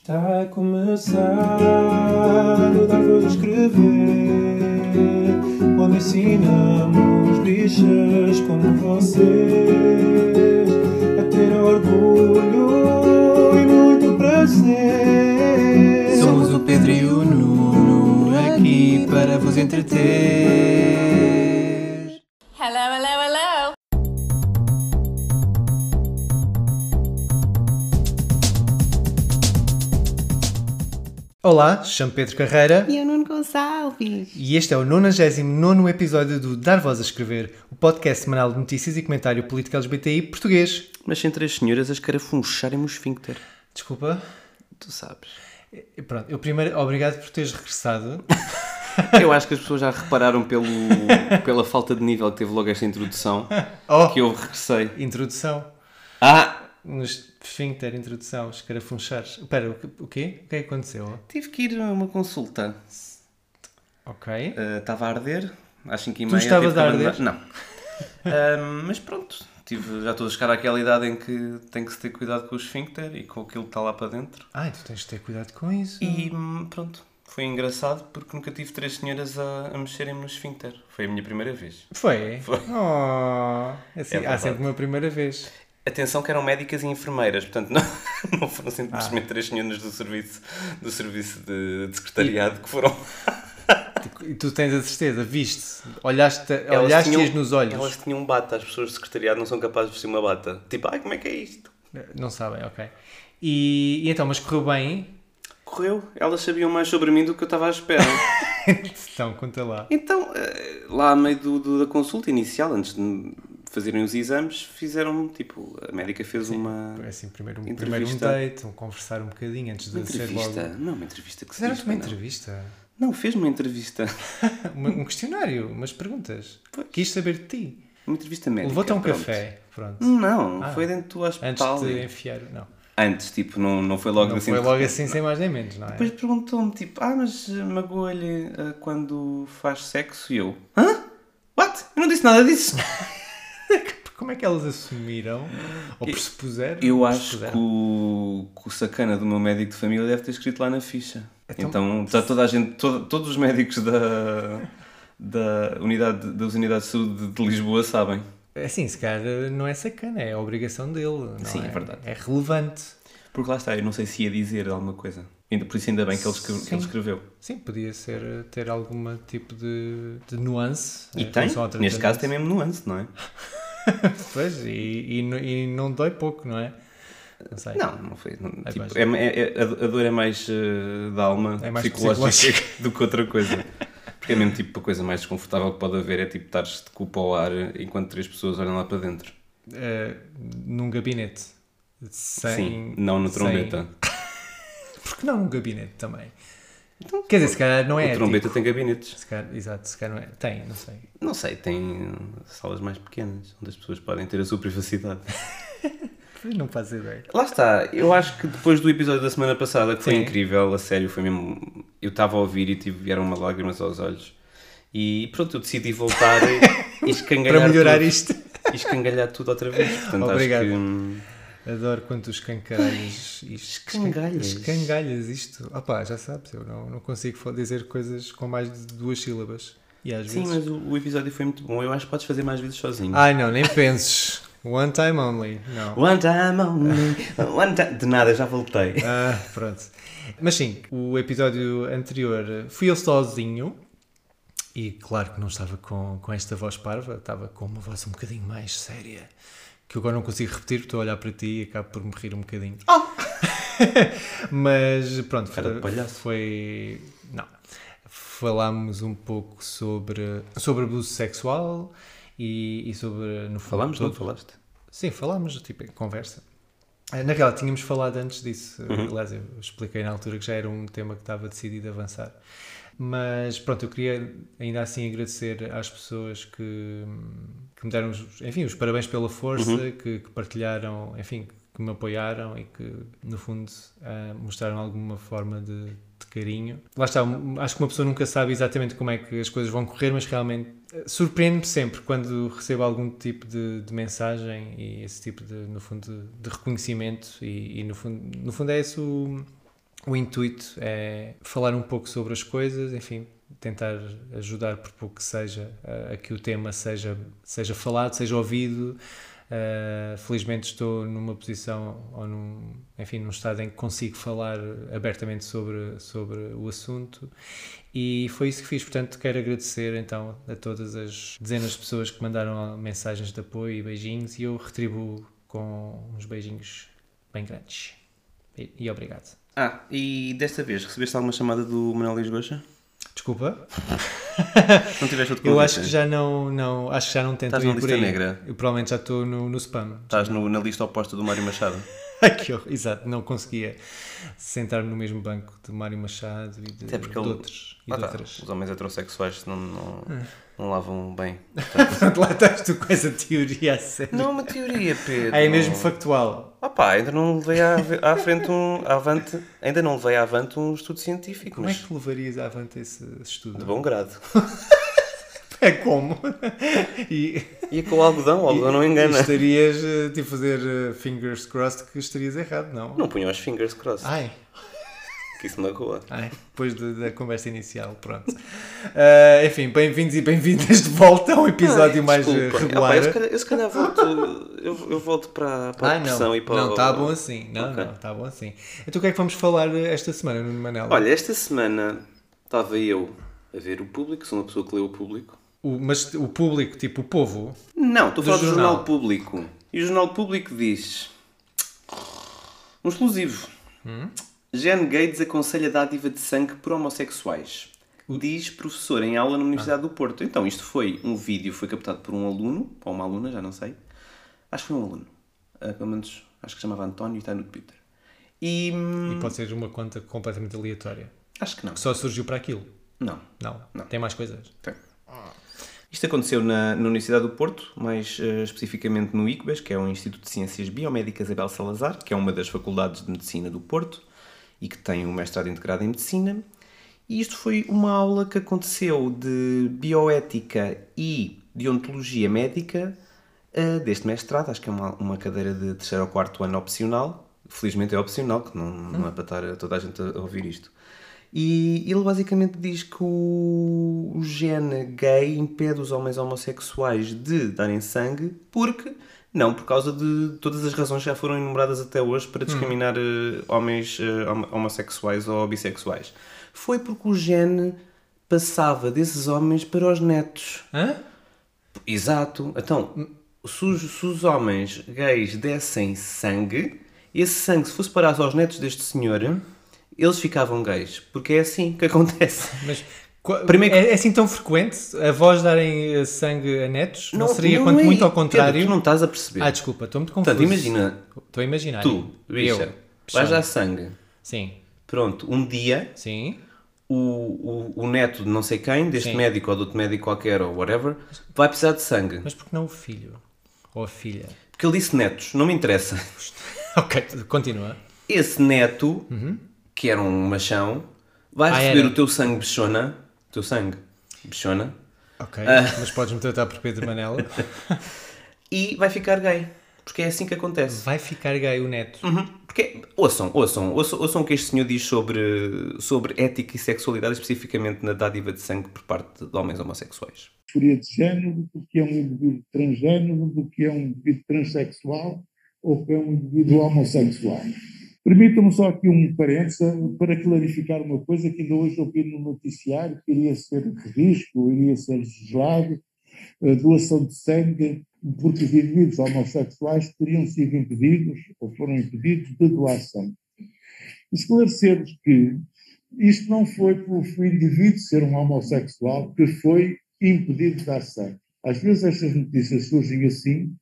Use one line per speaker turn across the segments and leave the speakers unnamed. Está a começar o Dar Vou Escrever, onde ensinamos bichas como vocês a ter orgulho e muito prazer.
Somos o Pedro e o Nuno aqui para vos entreter.
Hello, hello, hello.
Olá, chamo Pedro Carreira
E eu, Nuno Gonçalves.
e este é o 99 episódio do Dar Voz a Escrever, o podcast semanal de notícias e comentário político LGBTI português.
Mas sem três senhoras a escarafuncharem-me o esfíncter.
Desculpa.
Tu sabes.
E Pronto, eu primeiro, obrigado por teres regressado.
Eu acho que as pessoas já repararam pelo, pela falta de nível que teve logo esta introdução
Oh,
que eu regressei.
introdução.
Ah!
Nos esfíncter, introdução, escarafunchares. Espera, o que- o quê? O que é que aconteceu?
Tive que ir a uma consulta.
Ok.
Ah, Estava a arder, às 5 e meia.
Tu estavas
tive que
a arder?
abandonar- Não. Ah, mas pronto, tive, já estou a chegar àquela idade em que tem que se ter cuidado com o esfíncter e com aquilo que está lá para dentro.
Ai, tu tens de ter cuidado com isso.
E hum, pronto, foi engraçado porque nunca tive três senhoras a, a mexerem-me no esfíncter. Foi a minha primeira vez.
Foi? Oh, é assim,
É
há
verdade.
sempre uma primeira vez.
Atenção que eram médicas e enfermeiras, portanto não, não foram
Ah.
simplesmente três senhoras do serviço, do serviço de, de secretariado que foram.
Tipo, E tu tens a certeza, viste olhaste,
Elas
olhaste-as
tinham-
nos olhos.
Elas tinham um bata, as pessoas do secretariado não são capazes de vestir uma bata. Tipo, ai, como é que é isto?
Não sabem, ok. E, e então, mas correu bem?
Correu, elas sabiam mais sobre mim do que eu estava à espera.
Então, conta lá.
então, eh, lá a meio do- do- da consulta inicial, antes de fazerem os exames, fizeram tipo, a médica fez uma.
É Assim, primeiro, um-
Entrevista.
primeiro um date, um conversar um bocadinho antes
Uma
de ser logo...
entrevista. Não, uma entrevista que se diz,
Fizeram-te uma
não.
entrevista?
Não, fez uma entrevista.
Uma- um questionário, umas perguntas. Quis saber de ti.
Uma entrevista médica.
Levou-te a um
pronto. Hum,
café, pronto.
Não,
Ah.
foi dentro do
Antes
hospital.
de enfiar... Não,
Antes, tipo, não, não foi logo
não
assim.
foi
de
logo
repente.
assim, sem mais nem menos, não é?
Depois perguntou-me, tipo, ah, mas eh, magoa-lhe ah, quando faz sexo e eu. Hã? What? Eu não disse nada disso.
Como é que elas assumiram? Ou pressupuseram?
Eu acho
Pressupuseram?
que o, que o sacana do meu médico de família deve ter escrito lá na ficha. Então, está toda a gente, todo- todos os médicos da, da unidade, das unidades de saúde de, de Lisboa sabem.
É Assim, se calhar não é sacana, é a obrigação dele. não
Sim, é verdade.
É relevante.
Porque lá está, eu não sei se ia dizer alguma coisa. Ainda, por isso, ainda bem que ele, escre- que ele
Sim.
escreveu.
Sim, podia ser eh, ter algum tipo de, de nuance.
E
em
tem,
relação ao
Então, neste caso, tem
tratamento.
mesmo nuance, não é?
Pois, e, e, no- e não dói pouco, não é? Não sei.
Não, não foi. não-
É
tipo,
mais-
é, é- é- a a dor é mais eh, da alma
É mais
psicológica do que outra coisa. Porque é mesmo tipo a coisa mais desconfortável que pode haver é tipo estares de culpa ao ar enquanto três pessoas olham lá para dentro.
Eh, num gabinete. Sem,
Sim, não na
sem-
trombeta.
Porque não num gabinete também? Quer dizer, se calhar não é.
a
ético.
Então, trombeta tem gabinetes.
Se calhar, exato, se calhar não é. Tem, não sei.
Não sei, tem eh, salas mais pequenas onde as pessoas podem ter a sua privacidade.
Não faço ideia.
Lá está, eu acho que depois do episódio da semana passada, que foi
Sim.
incrível, a sério, foi mesmo. Eu estava a ouvir e tive, vieram uma lágrimas aos olhos. E pronto, eu decidi voltar e, e escangalhar.
Para melhorar
tudo.
isto.
E escangalhar tudo outra vez. Portanto,
Obrigado.
acho que. hum,
Adoro quanto os cangalhas.
escangalhas.
Escangalhas isto. Opá, já sabes, eu não, não consigo fa- dizer coisas com mais de duas sílabas. E às
Sim,
vezes.
mas o, o episódio foi muito bom. Eu acho que podes fazer mais vezes sozinho.
Ai não, nem penses. One time only. Não.
One time only, one time. De nada, já voltei.
Ah, pronto. Mas sim, o episódio anterior eh, fui eu sozinho e claro que não estava com, com esta voz parva, estava com uma voz um bocadinho mais séria. Que eu agora não consigo repetir, estou a olhar para ti e acabo por me rir um bocadinho. Mas pronto,
Cara de
foi,
palhaço.
foi. Não. Falámos um pouco sobre, sobre abuso sexual e, e sobre. No fundo,
Falámos, não
tudo.
falaste?
Sim, falámos, tipo, em conversa. Eh, Na real, tínhamos falado antes disso. Aliás, eu expliquei na altura que já era um tema que estava decidido a avançar. Mas pronto, eu queria ainda assim agradecer às pessoas que, que me deram, os- enfim, os parabéns pela força, que, que partilharam, enfim, que me apoiaram e que, no fundo, ah, mostraram alguma forma de, de carinho. Lá está, um- acho que uma pessoa nunca sabe exatamente como é que as coisas vão correr, mas realmente eh, surpreende-me sempre quando recebo algum tipo de, de mensagem e esse tipo de, no fundo, de, de reconhecimento e, e no fundo, no fundo é esse o, o intuito é falar um pouco sobre as coisas, enfim, tentar ajudar por pouco que seja eh, a, a que o tema seja, seja falado, seja ouvido. Uh, felizmente estou numa posição ou num, enfim, num estado em que consigo falar abertamente sobre, sobre o assunto e foi isso que fiz, portanto quero agradecer então a todas as dezenas de pessoas que mandaram mensagens de apoio e beijinhos e eu retribuo com uns beijinhos bem grandes e, e obrigado.
Ah, e desta vez recebeste alguma chamada do Manuel Luís Goxa?
Desculpa,
Não tiveste outro
eu acho que
convite? né?
já não, não acho que já não tento
Estás
ir
na
por
lista
aí.
negra?
Eu provavelmente já estou no, no spam.
Estás no- na lista oposta do Mário Machado.
Ai, que horror. Exato, não conseguia sentar-me no mesmo banco de Mário Machado e de,
Até porque
de
ele-
outros. E
Lá
de
está,
outras.
Ah, tá.
É.
Os homens heterossexuais não, não, não lavam bem.
Portanto, lá estás tu com essa teoria a sério.
Não é uma teoria, Pedro.
Ah, é mesmo factual.
Opá, ainda não levei à, à frente um. à avante, ainda não levei à avante um estudo científico,
Como é
mas
que levarias à avante esse estudo?
de bom grado.
É como? E,
E com o algodão, o algodão não engana.
e estarias eh, tipo fazer eh, fingers crossed que estarias errado, não?
Não punha os fingers crossed,
Ai, Ah.
que isso magoa.
ai, depois de- da conversa inicial, pronto. Ah, enfim, bem-vindos e bem-vindas de volta a um episódio mais eh,
Desculpa. É,
regular.
Opá, eu, se calhar, eu se calhar volto. Eu, eu volto para, para a
Ah,
depressão
não.
e para
não,
o-
está bom assim. Não,
Ok.
não, está bom assim. Então o que é que vamos falar eh, esta semana, Nuno Manel?
Olha, esta semana estava eu a ver o público, sou uma pessoa que lê o público.
O- mas o público, tipo o povo,
Não, estou a
Do
falar do jornal.
jornal.
Público. E o Jornal Público diz: Um exclusivo.
Hum?
Jane Gates aconselha dádiva de sangue por homossexuais. Diz professor em aula na Universidade
Ah.
do Porto. Então, isto foi um vídeo, foi captado por um aluno, ou uma aluna, já não sei. Acho que foi um aluno. Ah, pelo menos, acho que se chamava António e está no Twitter. E. hum,
e pode ser uma conta completamente aleatória,
Acho que não.
que só surgiu para aquilo.
Não.
Não, tem mais coisas.
Tem. Isto aconteceu na, na Universidade do Porto, mais eh, especificamente no ICBAS, que é o Instituto de Ciências Biomédicas Abel Salazar, que é uma das faculdades de medicina do Porto e que tem um mestrado integrado em medicina. E isto foi uma aula que aconteceu de bioética e de ontologia médica eh, deste mestrado. Acho que é uma, uma cadeira de terceiro ou quarto ano opcional. Felizmente é opcional, que não, não é para estar a- toda a gente a ouvir isto. E ele basicamente diz que o, o gene gay impede os homens homossexuais de darem sangue porque. Não, por causa de todas as razões que já foram enumeradas até hoje para discriminar eh, homens eh, homo- homossexuais ou bissexuais. Foi porque o gene passava desses homens para os netos.
Hã?
Exato. Então, se os, se os homens gays dessem sangue, esse sangue, se fosse parar aos netos deste senhor, eles ficavam gays. Porque é assim que acontece.
Mas qua-
Primeiro que-
é, é assim tão frequente avós darem eh, sangue a netos? Não, seria
não
quanto
é-
muito ao
Pedro,
contrário?
tu não estás a perceber.
Ah, desculpa, estou muito confuso.
Portanto, imagina,
Estou a imaginar.
tu, bicha, vais
Pichão.
dar sangue.
Sim,
Pronto, um dia,
sim.
o, o, o neto de não sei quem, deste
Sim.
médico ou de outro médico qualquer ou whatever, vai precisar de sangue.
Mas por que não o filho? Ou a filha?
Porque ele disse netos, não me interessa.
ok, continua.
esse neto, que era um machão, vai
Ah,
receber
era.
o teu sangue bichona. O teu sangue bichona.
Ok,
Ah.
mas podes-me tratar por Pedro Manela.
E vai ficar gay. Porque é assim que acontece.
Vai ficar gay o neto.
Uhum. Porque, ouçam, ouçam, ouçam, ouçam o que este senhor diz sobre, sobre ética e sexualidade, especificamente na dádiva de sangue por parte de homens homossexuais.
disforia de género, do que é um indivíduo transgénero, do que é um indivíduo transexual ou que é um indivíduo homossexual. Permitam-me só aqui um parênteses para clarificar uma coisa que ainda hoje ouvi no noticiário que iria ser de risco, iria ser legislado, a doação de sangue, porque os indivíduos homossexuais teriam sido impedidos ou foram impedidos de doar sangue. Esclarecer-vos que isto não foi por o indivíduo ser um homossexual que foi impedido de dar sangue. Às vezes estas notícias surgem assim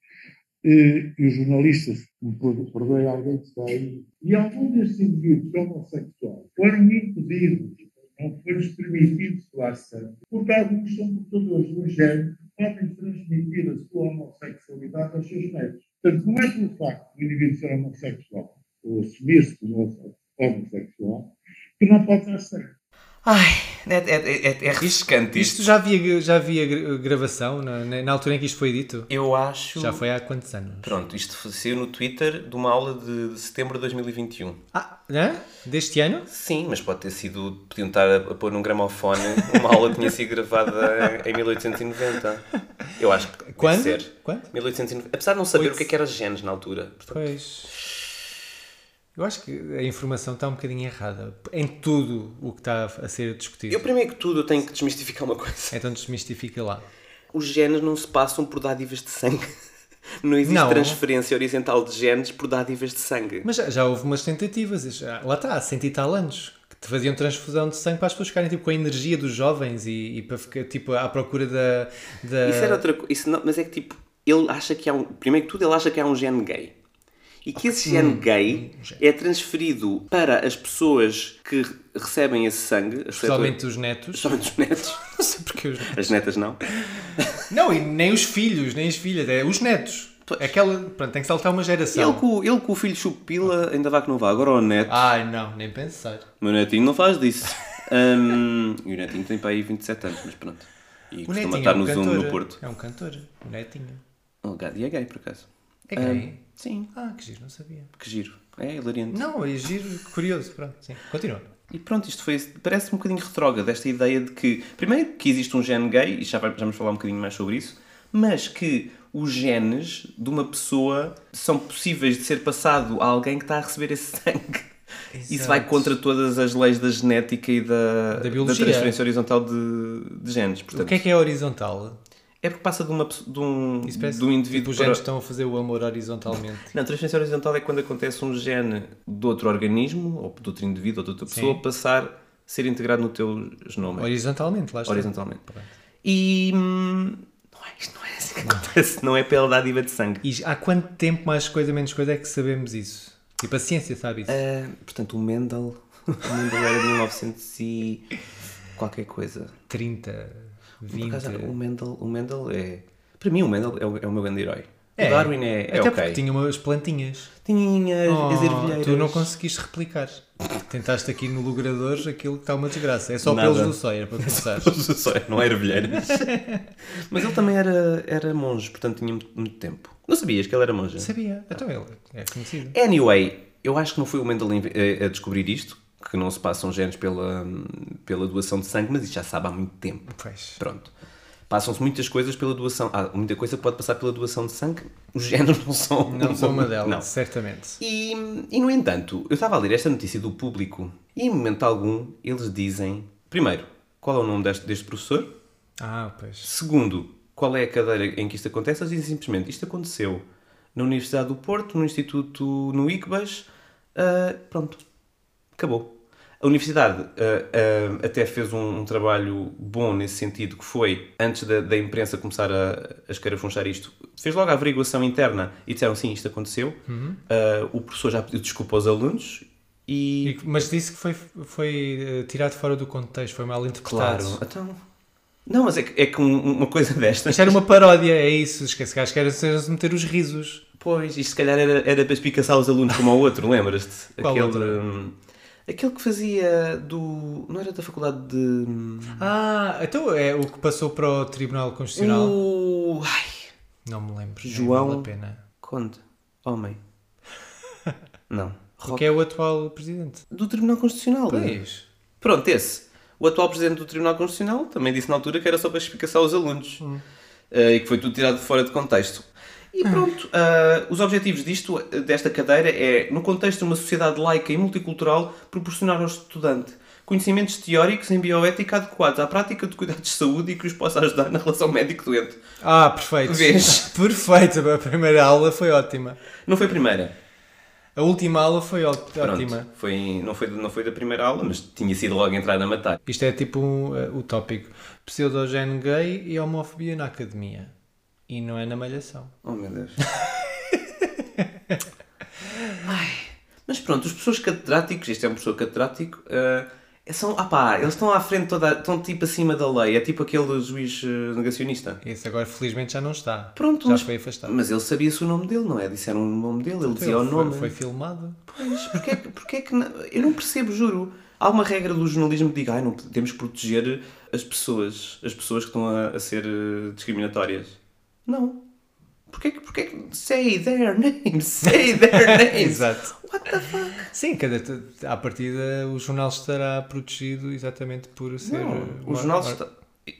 eh, e os jornalistas, me perdo- perdoem alguém que está aí, e alguns destes indivíduos homossexuais foram impedidos, não foi-lhes permitido doar sangue, porque alguns são portadores de um género que podem transmitir a sua homossexualidade aos seus netos. Portanto, não é pelo facto do indivíduo ser homossexual ou assumir-se como homossexual que não pode dar sangue.
Ai, é, é, é, é refrescante
Isto já havia, já havia gra- gravação na, na- na altura em que isto foi dito?
Eu acho.
Já foi há quantos anos?
Pronto, isto foi- saiu no Twitter de uma aula de, de setembro de 2021.
Ah, né? Deste ano?
Sim, mas pode ter sido. Podiam estar a, a pôr num gramofone uma aula que tinha sido gravada em 1890. Eu acho que. deve
Quando?
Ser.
Quando?
1890. Apesar de não saber
Oito-
o que é que era genes na altura. Portanto,
Pois. Eu acho que a informação está um bocadinho errada em tudo o que está a ser discutido.
Eu, primeiro que tudo, eu tenho que desmistificar uma coisa.
Então desmistifica lá.
Os genes não se passam por dádivas de sangue. Não existe
Não.
transferência horizontal de genes por dádivas de sangue.
Mas já, já houve umas tentativas, já- lá está, há cento e tal anos, que te faziam transfusão de sangue para as pessoas ficarem tipo, com a energia dos jovens e, e para ficar tipo, à procura da. da-
Isso era outra coisa. Mas é que tipo, ele acha que há um. Primeiro que tudo, ele acha que há um gene gay. E que esse gene
Hum,
gay
um
é transferido para as pessoas que re- recebem esse sangue, as
Especialmente os netos.
especialmente os netos,
Não sei porque os netos.
as netas não.
Não, e nem os filhos, nem as filhas, é os netos. Aquela. Pronto, tem que saltar uma
Ele
geração.
com, ele com o filho chupila ainda vá que não vá. Agora o neto.
Ai não, nem pensar.
Meu netinho não faz disso. Hum, e o netinho tem para aí 27 anos, mas pronto. E
O
costuma
netinho
estar
é um
no Zoom
cantor.
no Porto.
É um cantor, o netinho.
Oh, gado, e é gay, por acaso. Hum,
É gay.
Sim,
Ah, que giro, não sabia.
que giro. É hilariante.
Não, é giro, curioso, pronto, sim. Continua.
E pronto, isto foi, parece um bocadinho retrógrado, esta ideia de que, primeiro, que existe um gene gay, e já, vai- já vamos falar um bocadinho mais sobre isso, mas que os genes de uma pessoa são possíveis de ser passado a alguém que está a receber esse sangue. Isso
Exato.
vai contra todas as leis da genética e da,
Da biologia.
transferência horizontal de, de genes.
O
Portanto,
que é que é horizontal?
É porque passa de, uma, pesso- de um,
Isso parece
de um indivíduo
tipo, os
para...
genes estão a fazer o amor horizontalmente.
Não, transferência horizontal é quando acontece um gene de outro organismo, ou de outro indivíduo, ou de outra pessoa, passar a ser integrado no teu genoma,
Horizontalmente, lá está.
horizontalmente. E... hum, não é, isto não é assim que acontece, não é pela dádiva de sangue.
E há quanto tempo, mais coisa, menos coisa, é que sabemos isso? Tipo, a ciência sabe isso.
Ah, portanto, o Mendel, o Mendel era de 1900 e qualquer coisa.
30,
Por
20.
acaso, o Mendel, o Mendel é... Para mim, o Mendel é o, é o meu grande herói.
É.
O Darwin é, é
Até
ok.
porque tinha umas plantinhas.
Tinha as- as
Oh,
ervilheiras.
tu não conseguiste replicar. Tentaste aqui no logrador aquilo que está uma desgraça. É só
Nada.
pelos do Sawyer, para começar.
Só não era bilheiras. Mas ele também era, era monge, portanto tinha muito, muito tempo. Não sabias que ele era monge?
Sabia. Então ele é conhecido.
Anyway, eu acho que não foi o Mendel inve- a, a descobrir isto, que não se passam genes pela, pela doação de sangue, mas isto já sabe há muito tempo.
Pois.
Pronto. Passam-se muitas coisas pela doação. Ah, muita coisa pode passar pela doação de sangue. Os géneros não são.
Não sou uma delas,
Não.
certamente.
E, e, no entanto, eu estava a ler esta notícia do público e, em momento algum, eles dizem: primeiro, qual é o nome deste, deste professor?
Ah, pois.
Segundo, qual é a cadeira em que isto acontece? Eles dizem simplesmente, isto aconteceu na Universidade do Porto, no Instituto, no ICBAS, ah, pronto, acabou. A Universidade ah, ah, até fez um, um trabalho bom nesse sentido, que foi, antes da, da imprensa começar a, a escarafunchar isto, fez logo a averiguação interna e disseram, sim, isto aconteceu. Ah, o professor já pediu desculpa aos alunos e...
E- mas disse que foi, foi eh, tirado fora do contexto, foi mal interpretado.
claro, então... Não, mas é que, é que um- uma coisa destas...
Isto era uma paródia, é isso. Esquece que acho que era se meter os risos.
Pois, isto se calhar era, era para espicaçar os alunos como ao outro, lembras-te?
Qual
aquele,
outro?
hum, aquele que fazia do. Não era da faculdade de. hum,
Ah, então é o que passou para o Tribunal Constitucional.
O. Ai,
Não me lembro. nem
João-
Vale a pena.
conta. Homem. Não. Roque.
Que é o atual presidente.
Do Tribunal Constitucional. é?
Pois.
Pronto, esse. O atual presidente do Tribunal Constitucional também disse na altura que era só para espicaçar os alunos Eh, e que foi tudo tirado fora de contexto. E pronto, ah, os objetivos disto, eh, desta cadeira é, no contexto de uma sociedade laica e multicultural, proporcionar ao estudante conhecimentos teóricos em bioética adequados à prática de cuidados de saúde e que os possa ajudar na relação médico-doente.
Ah, perfeito.
Vês?
Perfeito. A primeira aula foi ótima.
Não foi a primeira.
A última aula foi ó- ótima.
Pronto, foi, não, foi, não foi da primeira aula, mas tinha sido logo entrar a matar.
Isto é tipo um, eh, o tópico. Pseudogene gay e homofobia na academia. E não é na malhação.
Oh meu Deus. Ai, mas pronto, os professores catedráticos, este é um professor catedrático, ah, São, ah pá, eles estão à frente toda, estão tipo acima da lei, é tipo aquele juiz eh, negacionista.
Esse agora felizmente já não está.
Pronto,
já
mas-
foi afastado.
Mas ele sabia-se o nome dele, não é? Disseram o nome dele, ele dizia é o
Então, Foi-
nome.
Foi, filmado.
Pois, porque é que, porque é que não- eu não percebo, juro. Há uma regra do jornalismo que diga, ai, não temos que proteger as pessoas, as pessoas que estão a, a ser eh, discriminatórias. Não. Porquê é que, porquê é que say their names, say their names.
Exato.
What the fuck?
Sim, cada, à partida o jornal estará protegido exatamente por ser.
Não,
uh,
o
or-
jornal
or-
está...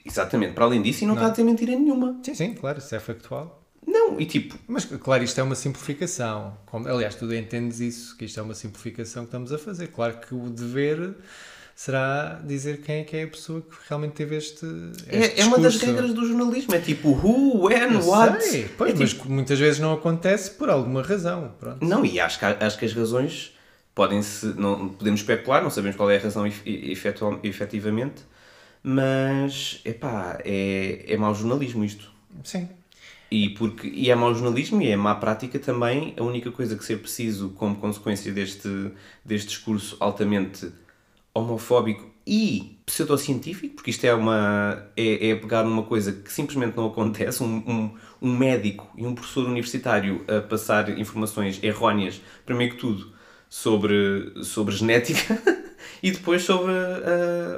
Exatamente, para além disso, e não, está a ter mentira nenhuma.
Sim, sim, claro, isso é factual.
Não, e tipo,
Mas claro, isto é uma simplificação. Como, aliás, tu entendes isso, que isto é uma simplificação que estamos a fazer. Claro que o dever será dizer quem é que é a pessoa que realmente teve este. este
é, é uma das
discurso.
regras do jornalismo. É tipo, who, when,
Eu
what?
sei, pois,
É
mas
tipo,
muitas vezes não acontece por alguma razão. Pronto.
Não, e acho que, há- acho que as razões podem-se. Não, podemos especular, não sabemos qual é a razão ef- efetual- efetivamente, mas epá, é, é mau jornalismo isto.
Sim.
E, porque, e é mau jornalismo e é má prática também. A única coisa que ser preciso como consequência deste, deste discurso altamente homofóbico e pseudocientífico, porque isto é, uma, é, é pegar numa coisa que simplesmente não acontece, um, um, um médico e um professor universitário a passar informações erróneas, primeiro que tudo, sobre, sobre genética e depois sobre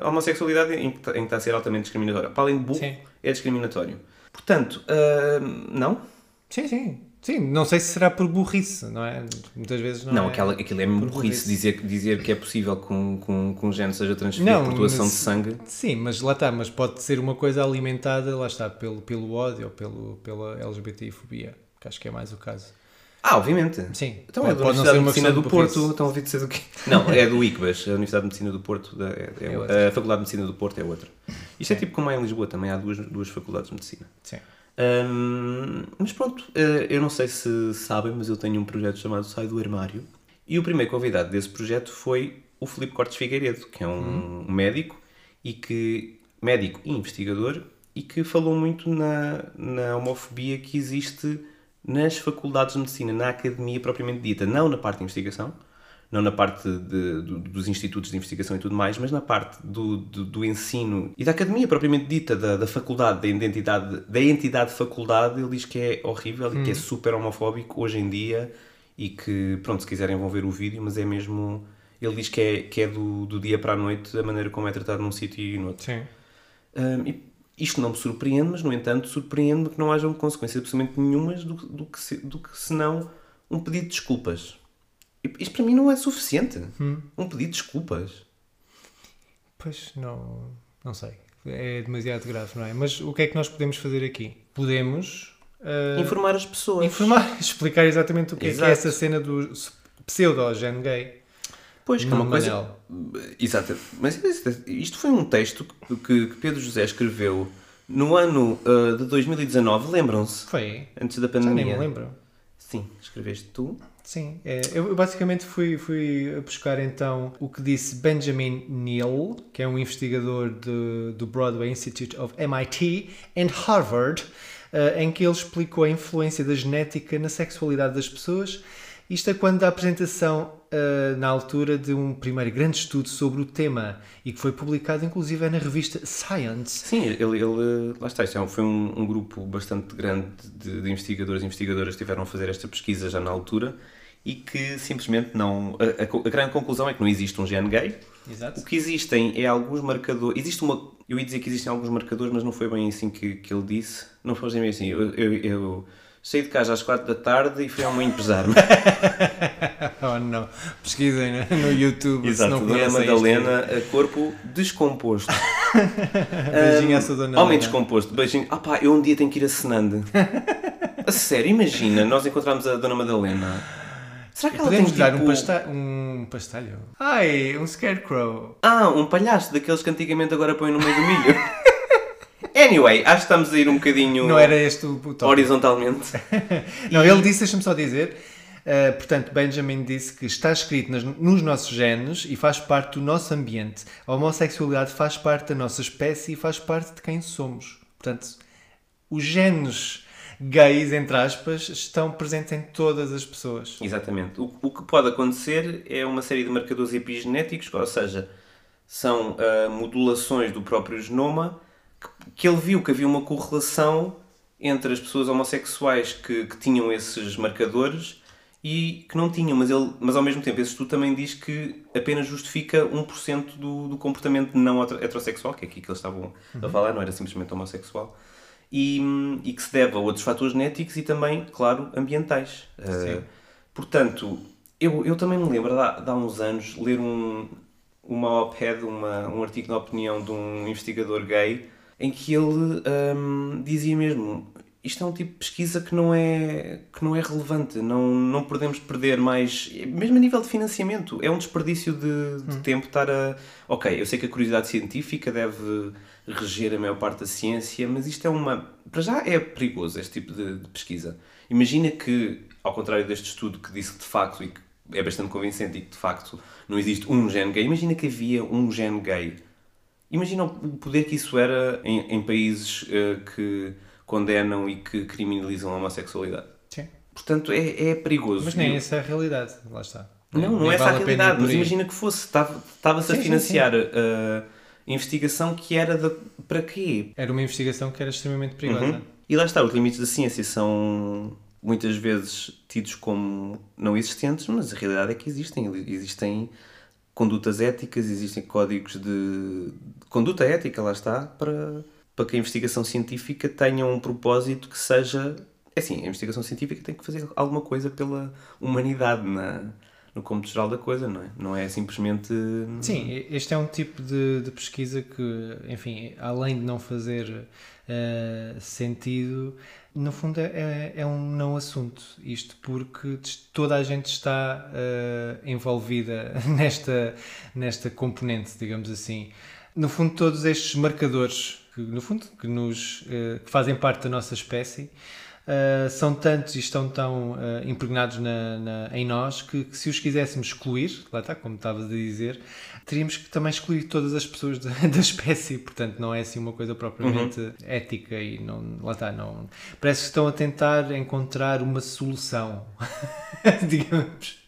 a homossexualidade em que, tá- em que está a ser altamente discriminatória. Para além de burro,
Sim.
é discriminatório. Portanto, hum, não?
Sim, sim. Sim, não sei se será por burrice, não é? Muitas vezes não.
Não,
é.
aquela, aquilo é mesmo
Por
burrice
burrice.
dizer, dizer que é possível que um, que um, que um gene seja transferido
Não,
por doação
mas-
de sangue.
Sim, mas lá está, mas pode ser uma coisa alimentada, lá está, pelo, pelo ódio ou pelo, pela LGBTI-fobia, que acho que é mais o caso.
Ah, obviamente.
Sim.
Então
Pode-
é da
pode não
Universidade
ser
de
uma
Medicina
questão
do
de
Porto.
burrice.
Estão a ouvir dizer do quê? Não, é do ICBAS. A Universidade de Medicina do Porto. da- é- é-
É outra.
a Faculdade de Medicina do Porto é outra. Isto é tipo como é em Lisboa também. Há duas, duas faculdades de medicina.
Sim.
Hum, mas pronto, eh, eu não sei se sabem, mas eu tenho um projeto chamado Sai do Armário. E o primeiro convidado desse projeto foi o Filipe Cortes Figueiredo, que é um médico e que médico e investigador e que falou muito na, na homofobia que existe nas faculdades de medicina, na academia propriamente dita, não na parte de investigação, não na parte de- do- dos institutos de investigação e tudo mais, mas na parte do, do, do ensino e da academia propriamente dita, da, da faculdade, da identidade, da entidade faculdade, ele diz que é horrível e que é super homofóbico hoje em dia e que, pronto, se quiserem vão ver o vídeo, mas é mesmo... Ele diz que é, que é do, do dia para a noite a maneira como é tratado num sítio e noutro.
Sim.
Hum, e isto não me surpreende, mas no entanto surpreende-me que não hajam consequências absolutamente nenhumas do, do, que se, do que senão um pedido de desculpas. E Isto para mim não é suficiente.
Hum.
Um pedido de desculpas.
Pois, não, não sei. É demasiado grave, não é? Mas o que é que nós podemos fazer aqui? Podemos ah,
Informar as pessoas.
informar, explicar exatamente o que é, que é
Exato.
essa cena do pseudo-gen gay.
Pois, que é uma
no
coisa.
Manel.
Exato. Mas isto- isto foi um texto que, que Pedro José escreveu no ano ah, de 2019, lembram-se?
Foi.
Antes da
Já
pandemia.
nem me lembro.
Sim, escreveste tu.
Sim, é, eu eu basicamente fui, fui a buscar então o que disse Benjamin Neal, que é um investigador de, do Broadway Institute of MIT and Harvard, eh, em que ele explicou a influência da genética na sexualidade das pessoas. Isto é quando da apresentação eh, na altura de um primeiro grande estudo sobre o tema e que foi publicado inclusive é na revista Science.
Sim, ele, ele- lá está, isto é um- foi um, um grupo bastante grande de, de investigadores e investigadoras que tiveram a fazer esta pesquisa já na altura e que simplesmente não. A, a co- a grande conclusão é que não existe um gene gay.
Exato.
O que existem é alguns marcadores. Existe uma. Eu ia dizer que existem alguns marcadores, mas não foi bem assim que, que ele disse. Não foi bem assim. Eu, eu, eu saí de casa às quatro da tarde e fui à mãe pesar-me.
Oh não, pesquisem né, no YouTube se
Exato,
não
Dona
conhecem
Madalena, a corpo descomposto. Um,
isto. Beijinho à sua Dona
Homem
Helena.
descomposto, beijinho. Ah pá, eu um dia tenho que ir a Senande. a sério, imagina, nós encontramos a Dona Madalena. Será que ela
Podemos
tem
dar
tipo...
um, pasta um pastelho? Ai, um scarecrow.
Ah, um palhaço daqueles que antigamente agora põem no meio do milho. anyway, acho que estamos a ir um bocadinho
Não era este o, o tópico.
horizontalmente.
Não, ele disse, deixa-me só dizer. eh, portanto, Benjamin disse que está escrito nas- nos nossos genes e faz parte do nosso ambiente. A homossexualidade faz parte da nossa espécie e faz parte de quem somos. Portanto, os genes gays, entre aspas, estão presentes em todas as pessoas.
Exatamente. O, o que pode acontecer é uma série de marcadores epigenéticos, ou seja, são ah, modulações do próprio genoma que, que ele viu que havia uma correlação entre as pessoas homossexuais que, que tinham esses marcadores e que não tinham, mas, ele, mas ao mesmo tempo esse estudo também diz que apenas justifica 1% do, do comportamento não hetero- heterossexual, que é aqui que eles estavam a falar, não era simplesmente homossexual, e, hum, e que se deve a outros fatores genéticos e também, claro, ambientais. Ah, portanto, eu, eu também me lembro de há, de há uns anos ler um, uma op-ed, uma, um artigo na opinião de um investigador gay, em que ele hum, dizia mesmo isto é um tipo de pesquisa que não é, que não é relevante, não, não podemos perder mais, mesmo a nível de financiamento, é um desperdício de, de tempo estar a... Ok, eu sei que a curiosidade científica deve reger a maior parte da ciência, mas isto é uma... Para já é perigoso este tipo de, de pesquisa. Imagina que, ao contrário deste estudo que disse que de facto, e que é bastante convincente, e que de facto não existe um gene gay, imagina que havia um gene gay. Imagina o poder que isso era em, em países eh, que condenam e que criminalizam a homossexualidade.
Sim.
Portanto, é, é perigoso.
Mas nem
E-
essa é a realidade, lá está.
Não, não
Nem
é essa a
vale pena ir
realidade,
por
mas
aí.
imagina que fosse. Estava- Estava-se
Sim,
a
sim,
financiar eh, a investigação que era da- para quê?
Era uma investigação que era extremamente perigosa.
E lá está, os limites da ciência são muitas vezes tidos como não existentes, mas a realidade é que existem. Existem condutas éticas, existem códigos de, de conduta ética, lá está, para, para que a investigação científica tenha um propósito que seja. É assim, a investigação científica tem que fazer alguma coisa pela humanidade na, no cômodo geral da coisa, não é? Não é simplesmente.
Sim, este é um tipo de, de pesquisa que, enfim, além de não fazer eh, sentido, no fundo é, é um não assunto. Isto porque tes- toda a gente está eh, envolvida nesta, nesta componente, digamos assim. No fundo, todos estes marcadores que, no fundo, que, nos, eh, que fazem parte da nossa espécie. eh, são tantos e estão tão eh, impregnados na- na- em nós que, que se os quiséssemos excluir, lá está, como estava a dizer, teríamos que também excluir todas as pessoas da, da espécie, portanto não é assim uma coisa propriamente
Uhum.
ética e não, lá está, não, parece que estão a tentar encontrar uma solução, digamos.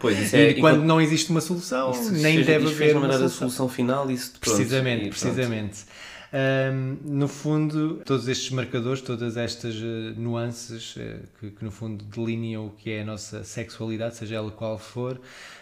Pois, isso é
e quando não existe uma solução,
isso
nem
seja-
deve
isso
haver
fez
uma
maneira da
solução.
solução final, isso pronto,
Precisamente,
e pronto.
precisamente. Ahm, no fundo, todos estes marcadores, todas estas eh, nuances eh, que, que no fundo delineam o que é a nossa sexualidade, seja ela qual for,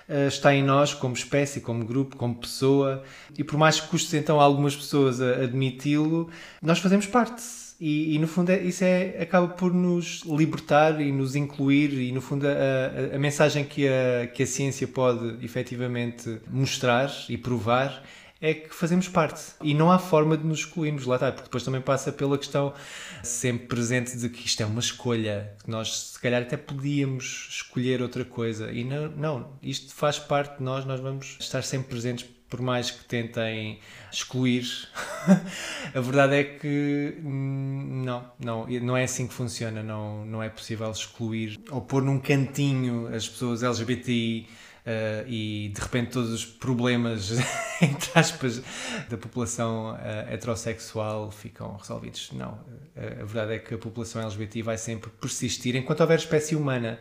eh, está em nós como espécie, como grupo, como pessoa, e por mais que custe então a algumas pessoas a admiti-lo, nós fazemos parte. E, e, no fundo é- isso é, acaba por nos libertar e nos incluir e no fundo a, a- a mensagem que a, que a ciência pode efetivamente mostrar e provar é que fazemos parte e não há forma de nos excluirmos, lá está, porque depois também passa pela questão sempre presente de que isto é uma escolha, que nós se calhar até podíamos escolher outra coisa e não, não isto faz parte de nós, nós vamos estar sempre presentes por mais que tentem excluir, a verdade é que hum, não, não, não é assim que funciona, não, não é possível excluir ou pôr num cantinho as pessoas LGBTI eh, e de repente todos os problemas, entre aspas, da população eh, heterossexual ficam resolvidos. Não. Eh, a verdade é que a população LGBT vai sempre persistir enquanto houver espécie humana.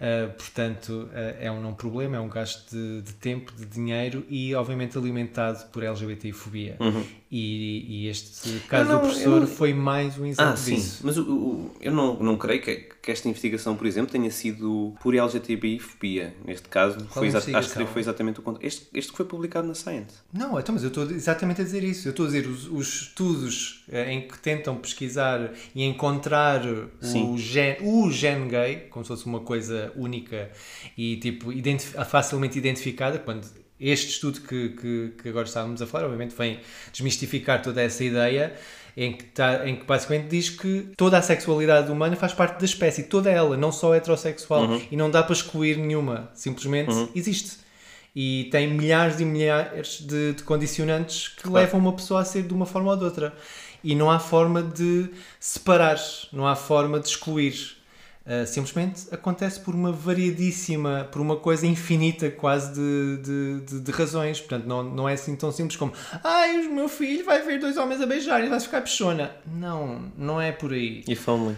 Eh, portanto, eh, é um não problema, é um gasto de, de tempo, de dinheiro e, obviamente, alimentado por LGBTfobia.
Uhum.
E, e este caso
não-
do
eu
professor
não-
foi mais um exemplo
Ah, sim.
disso.
Mas o- o- eu não, não creio que, que esta investigação, por exemplo, tenha sido por LGTBI-fobia. Neste caso, foi exa- acho que
investigação?
foi exatamente o contrário. Este, este que foi publicado na Science.
Não, então, mas eu estou exatamente a dizer isso. Eu estou a dizer os, os estudos eh, em que tentam pesquisar e encontrar o gene, o gene gay, como se fosse uma coisa única e tipo identif- facilmente identificada, quando este estudo que, que, que agora estávamos a falar, obviamente, vem desmistificar toda essa ideia. Em que, tá, em que basicamente diz que toda a sexualidade humana faz parte da espécie, toda ela, não só heterossexual, e não dá para excluir nenhuma, simplesmente existe e tem milhares e milhares de, de condicionantes que levam uma pessoa a ser de uma forma ou de outra. E não há forma de separar, não há forma de excluir. Ah, simplesmente acontece por uma variedíssima, por uma coisa infinita quase de, de, de- de razões. Portanto, não, não é assim tão simples como ai, o meu filho vai ver dois homens a beijar e vai ficar pechona. Não, não é por aí.
E family.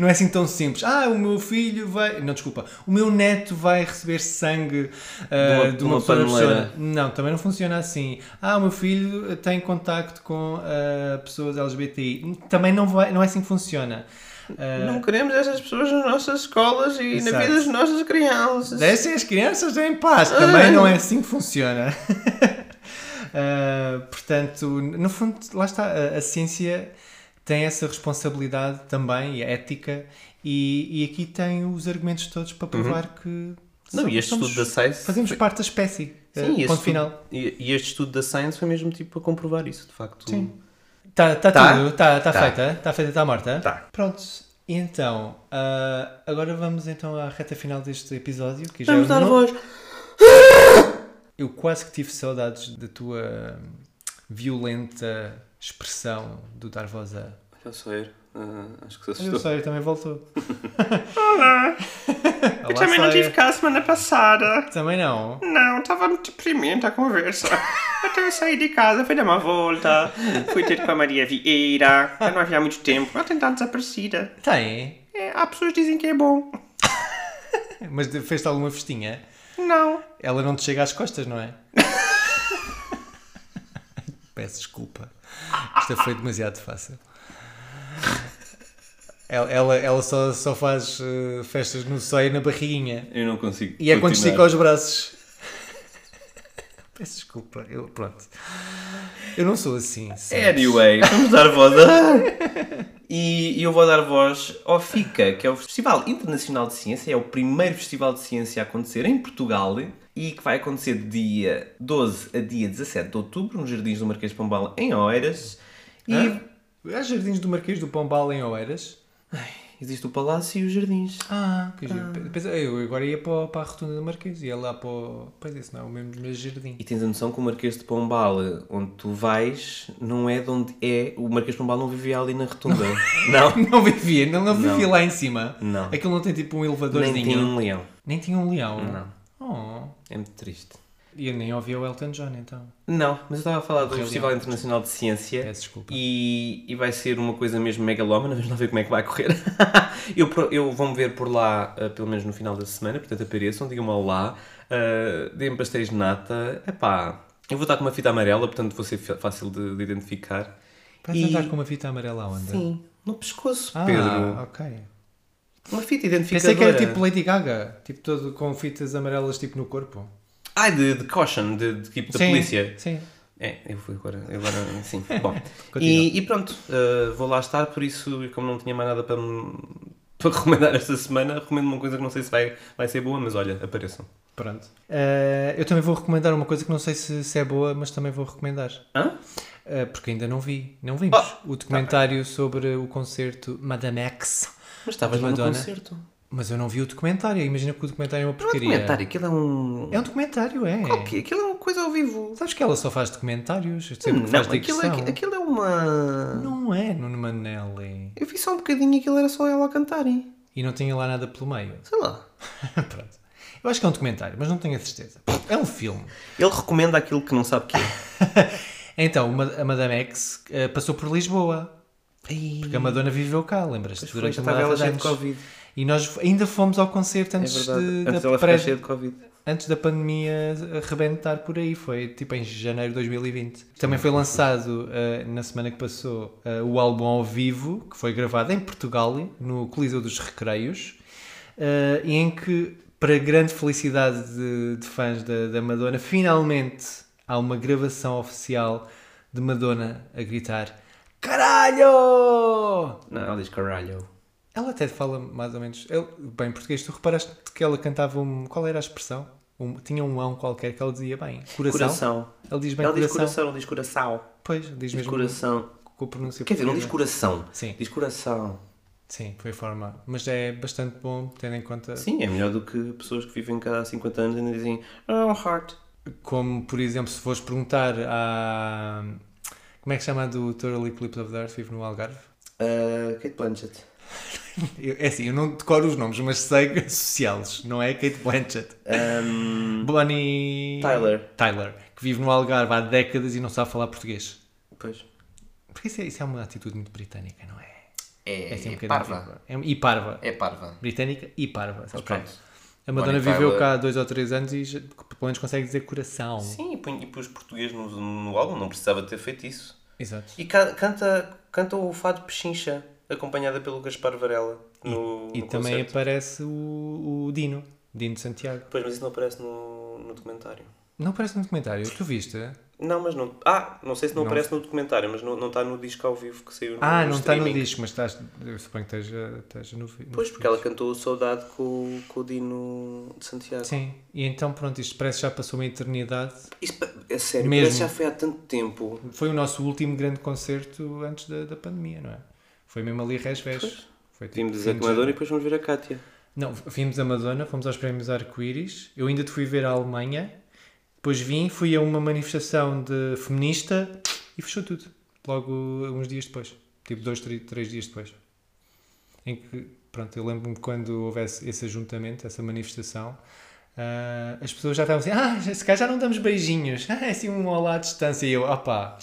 não é assim tão simples. Ah, o meu filho vai. Não, desculpa. O meu neto vai receber sangue ah,
uma-
de uma,
uma
pessoa
paneleira.
pessoa. Não, também não funciona assim. Ah, o meu filho tem contacto com ah, pessoas LGBTI. Também não, vai, não é assim que funciona. Ah,
Não queremos essas pessoas nas nossas escolas e
Exato.
na vida das nossas crianças. Ah.
Deixem assim, as crianças em paz, também não é assim que funciona. Ah, portanto, no fundo, lá está, a, a ciência tem essa responsabilidade também, e a ética, e, e aqui tem os argumentos todos para provar que
Uhum. Não,
somos-
e este estudo da
somos-
Science.
fazemos parte da espécie. Ah,
Sim, e este
ponto
estudo-
final.
E, e este estudo da Science foi mesmo tipo a comprovar isso, de facto. Sim.
Está tá
Tá.
tudo, está tá
Tá.
feita, está feita, está morta.
Tá.
Pronto, e então, ah, agora vamos então à reta final deste episódio. Que já
Vamos
é o
dar
no-
voz.
Eu quase que tive saudades da tua violenta expressão do dar voz a.
Olha o
eh,
Sawyer, ah, acho que se
Olha, o
assustou.
Sawyer também voltou. Olá! Olá,
Eu também não
Sawyer.
tive cá a semana passada.
Também não.
Não, estava muito deprimente a conversa. Então eu saí de casa, fui dar uma volta, fui ter com a Maria Vieira. Eu não havia há muito tempo, ela tem dado desaparecida.
Tem,
É, há pessoas que dizem que é bom.
mas de- fez-te alguma festinha?
Não.
Ela não te chega às costas, não é? Peço desculpa. Esta foi demasiado fácil. Ela, ela, ela só, só faz eh, festas no seio e na barriguinha.
Eu não consigo.
E é quando
continuar.
estica os braços. Peço desculpa, eu, pronto. Eu não sou assim. sério.
Anyway, vamos dar voz a- E, e eu vou dar voz ao FICA, que é o Festival Internacional de Ciência, é o primeiro festival de ciência a acontecer em Portugal e que vai acontecer de dia 12 a dia 17 de outubro nos Jardins do Marquês de Pombal, em Oeiras. E
É, Há jardins do Marquês do Pombal em Oeiras?
existe o Palácio e os Jardins.
Ah, que giro. Pensa- eu agora ia para, o- para a rotunda do Marquês, ia lá para o... Pois isso não é o mesmo, mesmo jardim.
E tens a noção que o Marquês de Pombal, onde tu vais, não é de onde é. O Marquês de Pombal não vivia ali na rotunda. Não.
Não vivia, não, não vivia
Não.
lá em cima.
Não.
Aquilo não tem tipo um
Nem
elevadorzinho.
tinha um leão.
Nem tinha um leão. Não. Oh.
É muito triste.
E eu nem ouvia o Elton John então.
Não, mas eu estava a falar do
Correu
Festival
bem.
Internacional de Ciência
Peço desculpa.
E, e vai ser uma coisa mesmo megalómana, vamos lá ver como é que vai correr. eu pro- eu vou-me ver por lá, ah, pelo menos no final da semana, portanto apareçam, digam-me olá, ah, deem-me pastéis de nata. Epá, eu vou estar com uma fita amarela, portanto vou ser fa- fácil de, de identificar.
Vais
E-
andar com uma fita amarela onde?
Sim, no pescoço,
Ah,
Pedro.
ok.
Uma
Pensei
fita identificadora.
que era tipo Lady Gaga, tipo todo com fitas amarelas tipo no corpo.
Ai, de, de caution, de, de tipo da
Sim,
polícia.
Sim.
É, eu fui agora, agora sim. Bom,
Continua.
e, e pronto, uh, vou lá estar, por isso, e como não tinha mais nada para, me- para recomendar esta semana, recomendo uma coisa que não sei se vai, vai ser boa, mas olha, apareçam.
Pronto. Eh, eu também vou recomendar uma coisa que não sei se, se é boa, mas também vou recomendar.
Hã? Oh!
Eh, porque ainda não vi. Não vimos. o documentário sobre o concerto Madame X.
Mas estavas lá no
Madonna.
concerto.
Mas eu não vi o documentário. Imagina que o documentário é uma
Não é
porcaria.
documentário, aquilo é um...
É um documentário, é.
O quê? Aquilo é uma coisa ao vivo.
Sabes que ela só faz documentários? Sempre
Não,
faz
aquilo, é,
digressão.
aquilo é uma...
Não é, Nuno Manelli.
Eu vi só um bocadinho e aquilo era só ela a cantar, hein?
E não tinha lá nada pelo meio.
sei lá.
Pronto. Eu acho que é um documentário, mas não tenho a certeza. É um filme.
Ele recomenda aquilo que não sabe que é.
Então, ma- a Madame X eh, passou por Lisboa,
Ei,
porque a Madonna viveu cá, lembras-te?
pois foi,
Durante
já
uma
estava ela
data de
cheia de
anos.
Covid.
E nós f- ainda fomos ao concerto
É
antes,
verdade,
de-
antes
da,
ela ficar
pré-
cheia de Covid.
antes da pandemia arrebentar por aí. Foi tipo em janeiro de 2020. Também foi lançado eh, na semana que passou eh, o álbum ao vivo, que foi gravado em Portugal, no Coliseu dos Recreios, eh, e em que, para grande felicidade de, de fãs da, da Madonna, finalmente há uma gravação oficial de Madonna a gritar Caralho!
Não, ela diz caralho.
Ela até fala mais ou menos. Eu, bem, em português, tu reparaste que ela cantava um. Qual era a expressão? Um- tinha um ão qualquer que ela dizia bem. Coração.
Coração.
Ela diz bem
Ela diz
coração.
coração, não diz coração.
Pois, diz
Diz
mesmo
coração.
com a pronúncia
Quer dizer, não diz
portuguesa.
coração.
Sim.
Diz coração.
Sim, foi a forma. Mas é bastante bom, tendo em conta.
Sim, é melhor do que pessoas que vivem cá há 50 anos e ainda dizem Oh, heart.
Como, por exemplo, se fores perguntar a. Como é que chama a do Total Eclipse of the Earth vive no Algarve?
Uh, Kate Blanchett.
Eu- é assim, eu não decoro os nomes, mas sei associá-los, não é? Kate Blanchett.
Um,
Bonnie.
Tyler.
Tyler, que vive no Algarve há décadas e não sabe falar português.
Pois.
Porque isso é, isso é uma atitude muito britânica, não é?
é,
É assim um
é
bocadinho
parva.
tipo- é- e parva.
É parva.
Britânica e parva. sabes
pronto.
quem? A Madonna
Bonnie
viveu
Tyler.
cá há dois ou três anos e já- pelo menos consegue dizer coração.
Sim, e põe- e pôs português no, no álbum, não precisava ter feito isso.
Exato.
E ca- canta, canta o fado Pechincha, acompanhada pelo Gaspar Varela no,
E
no
também é
concerto.
aparece o, o Dino, Dino de Santiago.
Pois, mas isso não aparece no, no documentário.
Não aparece no documentário, tu viste?
Não, mas não. Ah, não sei se não,
Não.
aparece no documentário, mas não não está no disco ao vivo que saiu no
Ah, não está no
streaming.
disco, mas estás, eu suponho que esteja, esteja no vídeo.
Pois, porque ela cantou Saudade com, o- com o Dino de Santiago.
Sim, e então pronto, isto parece que já passou uma eternidade.
Isso pa- é sério,
Mesmo.
parece que já foi há tanto tempo.
Foi o nosso último grande concerto antes da, da pandemia, não é? Foi mesmo ali res-ves. Foi tipo
Vimos
fim
a
de
Comadora e
janeiro.
depois vamos ver a Cátia.
Não, vimos a Madonna, fomos aos prémios Arco-Íris. Eu ainda te fui ver a Alemanha. Depois vim, fui a uma manifestação de feminista e fechou tudo. Logo uns dias depois. Tipo dois, três, três dias depois. Em que, pronto, eu lembro-me quando houve esse, esse ajuntamento, essa manifestação, ah, as pessoas já estavam assim, ah, se calhar já não damos beijinhos. Ah, é assim um olá à distância. E eu, opá,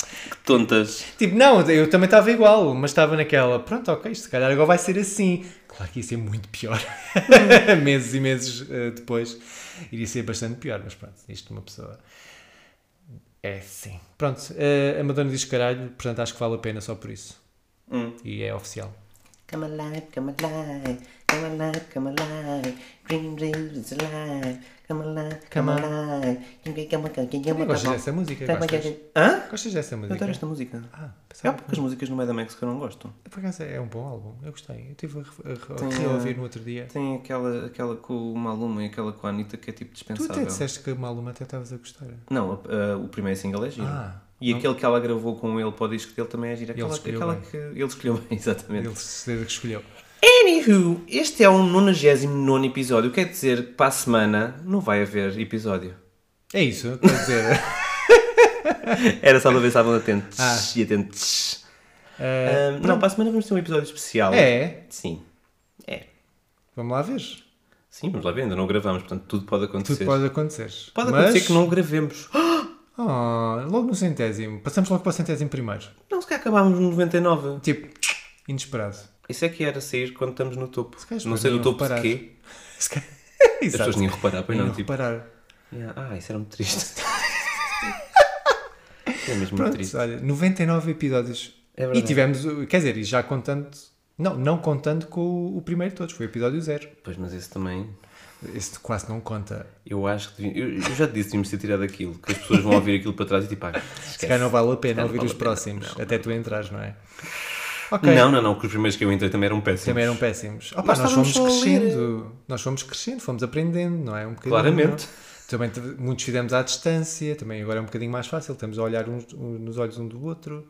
Tontas.
Tipo, não, eu também estava igual, mas estava naquela, pronto, ok, isto se calhar agora vai ser assim. Claro que ia ser muito pior. meses e meses eh, depois iria ser bastante pior, mas pronto, isto uma pessoa. É sim. Pronto, eh, a Madonna diz caralho, portanto acho que vale a pena só por isso. E é oficial.
Come alive, come alive, come alive, come alive. Green Dreams is alive. Come alive,
Come
come alive. Come alive, come
Eu gosto
alive.
dessa música.
Come
Gostas,
alive.
Hã?
gostas dessa
Eu adoro
música?
esta música.
Ah,
É há
pensava.
poucas músicas no Madamax que eu não gosto.
Por acaso é um bom álbum, eu gostei. Eu estive a, re- a, re-
Tem,
a reouvir
eh,
no outro dia.
Tem aquela, aquela com o Maluma e aquela com a Anitta que é tipo
Tu
dispensável.
até disseste que Maluma até estavas a gostar.
Não, a- a- o primeiro single é giro.
Ah,
e aquele que ela gravou com ele para o disco dele também é giro. Aquela,
escolheu
aquela
bem.
que ele escolheu bem, exatamente.
Ele se escolheu.
Anywho, este é o 99 episódio. Quer dizer que para a semana não vai haver episódio.
É isso, quer dizer.
Era só para ver se estavam atentos
Ah.
e atentos.
Eh,
Ahm, não, para a semana vamos ter um episódio especial.
é,
Sim. É.
vamos lá ver.
Sim, vamos lá ver, ainda não gravamos, portanto tudo pode acontecer.
Tudo pode acontecer.
Pode
Mas-
acontecer que não o gravemos.
Ah, logo no centésimo. Passamos logo para o centésimo primeiro.
Não, se calhar acabámos no 99.
Tipo, inesperado.
Isso é que era sair quando estamos no topo.
Se calhar as
não
pessoas
sei do
nem
topo
iam
de quê.
Se calhar-
As pessoas
Exato.
nem iam reparar, pois não.
Iam
Tipo,
reparar.
yeah, ah, isso era muito triste. é mesmo muito
Pronto,
triste.
olha, 99 episódios.
É verdade.
e tivemos, o- quer dizer, e já contando... Não, não contando com o- o primeiro de todos, foi o episódio zero.
Pois, mas esse também.
Este quase não conta.
Eu acho que devia... eu, eu já te disse que devíamos ter tirado aquilo, que as pessoas vão ouvir aquilo para trás e tipo, ah, esquece.
Se calhar não vale a pena
calhar não
ouvir
vale
os
a pena.
próximos,
Não,
até tu entrares, não é? Ok.
Não, não, não, porque os primeiros que eu entrei também eram péssimos.
Também eram péssimos. Opa,
Nós
nós, fomos
estávamos só a ler.
crescendo. Nós fomos crescendo, fomos aprendendo, não é? Um bocadinho.
Claramente.
não é? Também te- muitos fizemos à distância, também agora é um bocadinho mais fácil, estamos a olhar uns, uns nos olhos um do outro.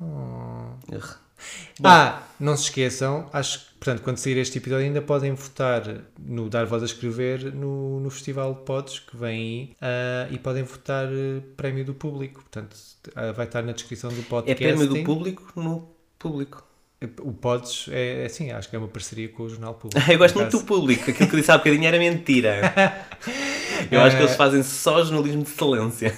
Oh.
Urgh.
Ah, não se esqueçam, acho que, portanto, quando sair este episódio ainda podem votar no Dar Voz a Escrever no, no Festival de Pods que vem aí ah, e podem votar eh, prémio do público, portanto, ah, vai estar na descrição do
É
podcast.
prémio do público no público.
O Pods é, é assim, acho que é uma parceria com o Jornal Público.
Eu gosto
por
muito do
acaso.
público, aquilo que eu disse há bocadinho era mentira. Eu acho que eles fazem só jornalismo de excelência.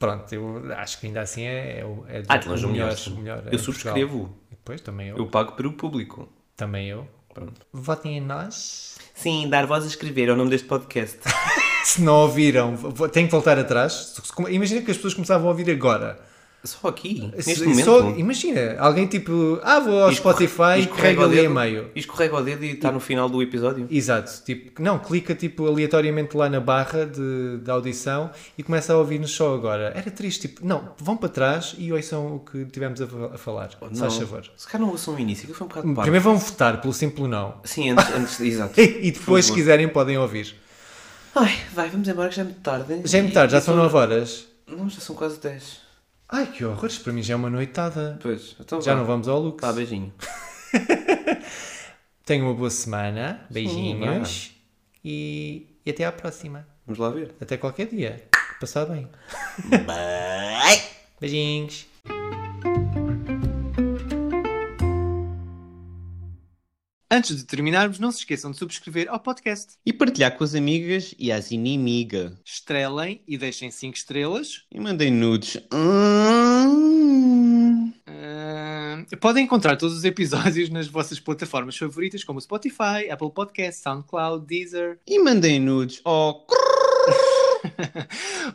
Pronto, eu acho que ainda assim é, é, o- é
Ah, de longe o
é
melhor. Eu
em Portugal.
subscrevo.
E Depois também eu.
Eu pago pelo público.
Também eu.
Pronto.
Votem em nós.
Sim, dar voz a escrever é o nome deste podcast.
Se não ouviram, vo- têm que voltar atrás. Se- se- Imagina que as pessoas começavam a ouvir agora.
Só aqui,
Se-
neste momento.
só- imagina, alguém tipo, ah, vou ao
Escorre-
Spotify e carrega
o
ali a
dedo-
meio.
Escorrega o dedo e está no final do episódio.
Exato, tipo, não, clica tipo aleatoriamente lá na barra de, da audição e começa a ouvir-nos só agora. Era triste, tipo, não, vão para trás e ouçam o que tivemos a, fa- a falar. se faz
Oh, Não.
favor.
Se calhar não ouçam o início, aquilo foi um bocado parvo.
Primeiro vão votar pelo simples não.
Sim, antes, antes exato.
E depois, se
Por favor.
quiserem, podem ouvir.
Ai, vai, vamos embora que já é muito tarde.
Já é muito tarde, já são 9 horas.
Não, já são quase 10.
Ai, que horrores, para mim já é uma noitada.
Pois, então
Já
vá.
não vamos ao Lux.
Vá, beijinho.
Tenham uma boa semana, beijinhos
Sim,
e, e até à próxima.
Vamos lá ver.
Até qualquer dia. Passar bem. Beijinhos. Antes de terminarmos, não se esqueçam de subscrever ao podcast.
E partilhar com as amigas e as inimigas.
Estrelem e deixem 5 estrelas.
E mandei nudes. Hum.
Ahn, Ah, podem encontrar todos os episódios nas vossas plataformas favoritas, como Spotify, Apple Podcasts, SoundCloud, Deezer.
E mandem nudes ao.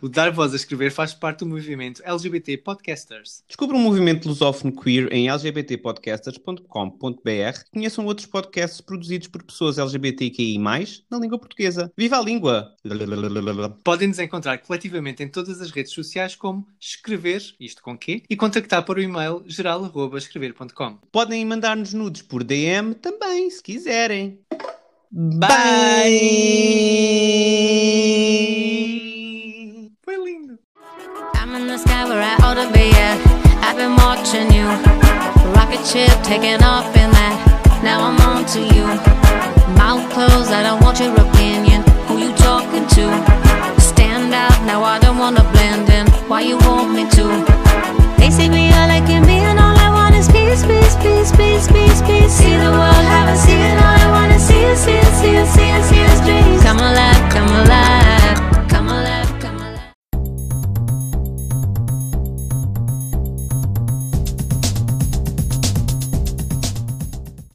o Dar Voz a Escrever faz parte do movimento LGBT Podcasters.
Descubra o movimento lusófono queer em lgbtpodcasters.com.br e conheçam outros podcasts produzidos por pessoas LGBTQI+, na língua portuguesa. Viva a língua!
Podem nos encontrar coletivamente em todas as redes sociais como Escrever, isto com Q, e contactar por o e-mail geral.escrever.com.
Podem mandar-nos nudes por DM também, se quiserem. Bye.
Foi lindo!
I'm in the sky where I ought to be at. I've been watching you. Rocket ship taking off in that. Now I'm on to you. Mouth closed, I don't want you to